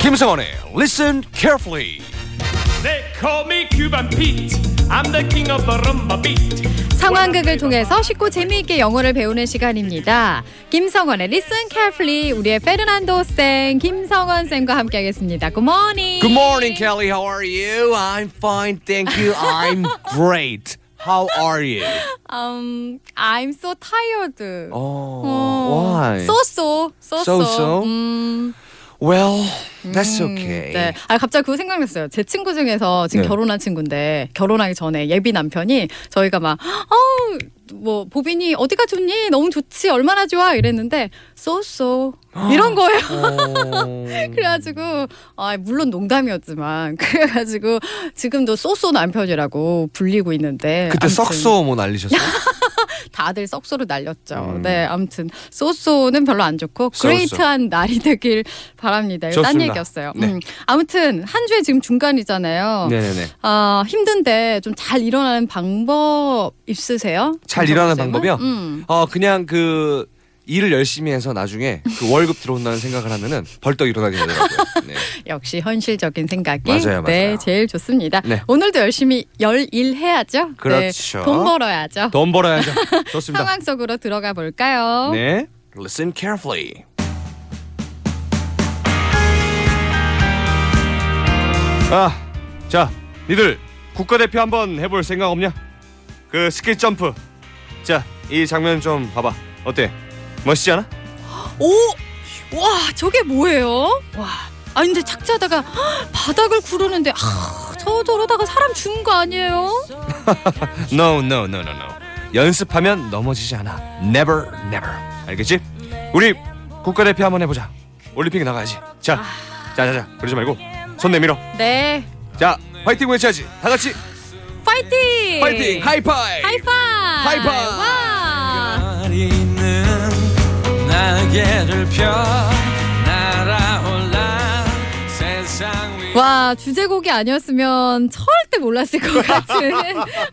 김성원의 Listen Carefully. They call me Cuban Pete. I'm the king of the rumba beat. 상황극을 통해서 쉽고 재미있게 영어를 배우는 시간입니다. 김성원의 Listen Carefully 우리의 페르난도 쌤, 김성원 쌤과 함께하겠습니다. Good morning. Good morning, Kelly. How are you? I'm fine, thank you. I'm great. How are you? Um, I'm so tired. 어, Oh, 어, why? So so, so so. So, so? 음, Well, that's okay. 네. 아 갑자기 그거 생각났어요. 제 친구 중에서 지금 네. 결혼한 친구인데 결혼하기 전에 예비 남편이 저희가 "어, 막어뭐 보빈이 어디가 좋니? 너무 좋지. 얼마나 좋아? 이랬는데 so so 이런 거예요. 어. Oh. 그래가지고 아 물론 농담이었지만 그래가지고 지금도 쏘쏘 남편이라고 불리고 있는데 그때 아무튼 썩소 뭐 날리셨어요? 다들 썩소로 날렸죠. 음. 네, 아무튼 쏘쏘는 별로 안 좋고 쏘쏘. 그레이트한 날이 되길 바랍니다. 이거 딴 좋습니다. 얘기였어요. 네. 음. 아무튼 한 주에 지금 중간이잖아요. 네네네. 아 힘든데 좀 잘 일어나는 방법 있으세요? 잘 김성훈 일어나는 쌤은? 방법이요? 음. 어 그냥 그 일을 열심히 해서 나중에 그 월급 들어온다는 생각을 하면은 벌떡 일어나게 되더라고요. 네. 역시 현실적인 생각이 맞아요, 네 맞아요. 제일 좋습니다. 네. 오늘도 열심히 열일 해야죠. 네, 그렇죠. 돈 벌어야죠. 돈 벌어야죠. 좋습니다. 상황 속으로 들어가 볼까요? 네. Listen carefully. 아, 자, 니들 국가대표 한번 해볼 생각 없냐? 그 스킬 점프. 자, 이 장면 좀 봐봐. 어때? 멋있지 않아? 오, 와 저게 뭐예요? 와, 아 근데 착지하다가 헉, 바닥을 구르는데 아, 저 저러다가 사람 죽은 거 아니에요? No, no, no, no, no. 연습하면 넘어지지 않아. Never, never. 알겠지? 우리 국가대표 한번 해보자. 올림픽 나가야지. 자, 자, 자, 자. 그러지 말고 손 내밀어. 네, 자, 파이팅 외쳐야지. 다 같이 파이팅! 파이팅. 하이파이. 하이파이! 하이파이! 와! 날이 있는 날개를 펴 날아올라 세상 위 와 주제곡이 아니었으면 절대 몰랐을 것 같은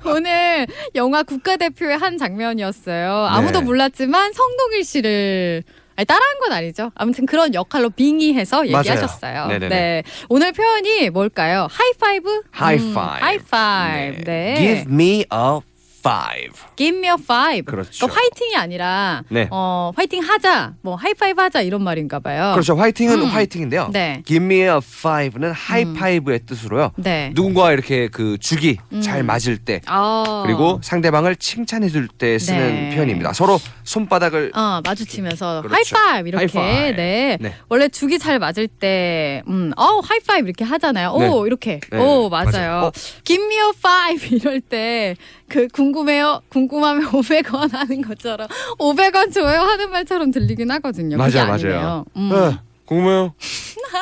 오늘 영화 국가대표의 한 장면이었어요. 아무도 네. 몰랐지만 성동일 씨를 아니, 따라한 건 아니죠. 아무튼 그런 역할로 빙의해서 맞아요. 얘기하셨어요. 네네네. 네 오늘 표현이 뭘까요? 하이파이브? 하이파이브. 하이파이브. 네. Give me a five. Give me a five. 그렇죠. 그러니까 화이팅이 아니라 네. 어, 화이팅 하자, 뭐 하이파이브 하자 이런 말인가 봐요. 그렇죠. 화이팅은 음. 화이팅인데요. 네. 음. Give me a five는 하이파이브의 뜻으로요. 네. 누군가와 이렇게 그 주기 잘 음. 맞을 때 아. 그리고 상대방을 칭찬해 줄 때 쓰는 네. 표현입니다. 서로 손바닥을 어, 마주치면서 그렇죠. 하이파이브 이렇게 하이파이브. 네. 네. 원래 주기 잘 맞을 때 음, 어, 하이파이브 이렇게 하잖아요. 오, 네. 이렇게. 네, 오, 네. 맞아요. 맞아요. 어. Give me a five 이럴 때 그 궁금해요. 궁금하면 500원 하는 것처럼 500원 줘요 하는 말처럼 들리긴 하거든요. 그게 맞아요, 아니네요. 맞아요. 음. 네, 궁금해요.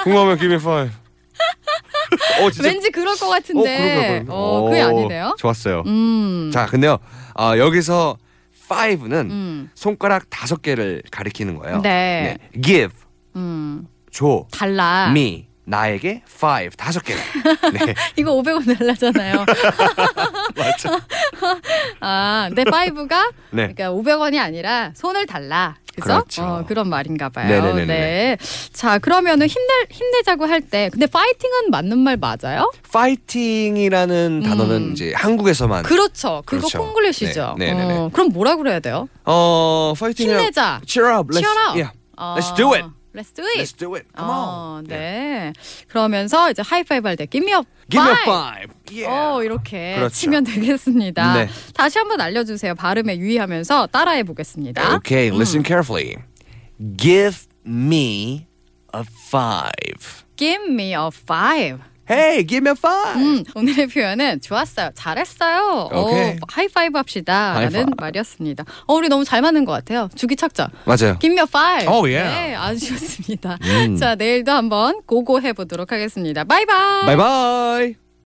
궁금하면 give me five. 어, 진짜. 왠지 그럴 것 어, 같은데. 그런가 봐요. 어, 그게 오, 아니네요. 좋았어요. 음. 자, 근데요. 아, 여기서 five는 음. 손가락 다섯 개를 가리키는 거예요. 네. 아. Give 음. 줘 달라. me 나에게 five 다섯 개. 네. 이거 500원 달라잖아요. 아, 근데 5가 네. 그러니까 500원이 아니라 손을 달라. 그죠? 그렇죠. 어, 그런 말인가 봐요. 네네네네. 네. 자, 그러면은 힘내 힘내자고 할 때 근데 파이팅은 맞는 말 맞아요? 파이팅이라는 단어는 이제 한국에서만 음. 그렇죠. 그거 그렇죠. 콩글리시죠. 네, 네네네. 어, 그럼 뭐라 그래야 돼요? 어 파이팅이라 힘내자. cheer up let's Cheer up. yeah 어, Let's do it. Let's do it. let's do it come 어, on 네. 그러면서 이제 하이파이브 할 때 give me a give me a five. five yeah 어 이렇게 그렇죠. 치면 되겠습니다. 네. 다시 한번 알려주세요. 발음에 유의하면서 따라해 보겠습니다. okay listen carefully give me a five Give me a five. hey give me a five 음, 오늘의 표현은 좋았어요. 잘했어요. 오케이. 오, 하이파이브 합시다. 라는 하이파이브. 말이었습니다. 어, 우리 너무 잘 맞는 것 같아요. 주기착자. 맞아요 Give me a five. Oh, yeah. 네, 아주 좋습니다. 음. 자, 내일도 한번 고고 해보도록 하겠습니다. 바이바이. bye bye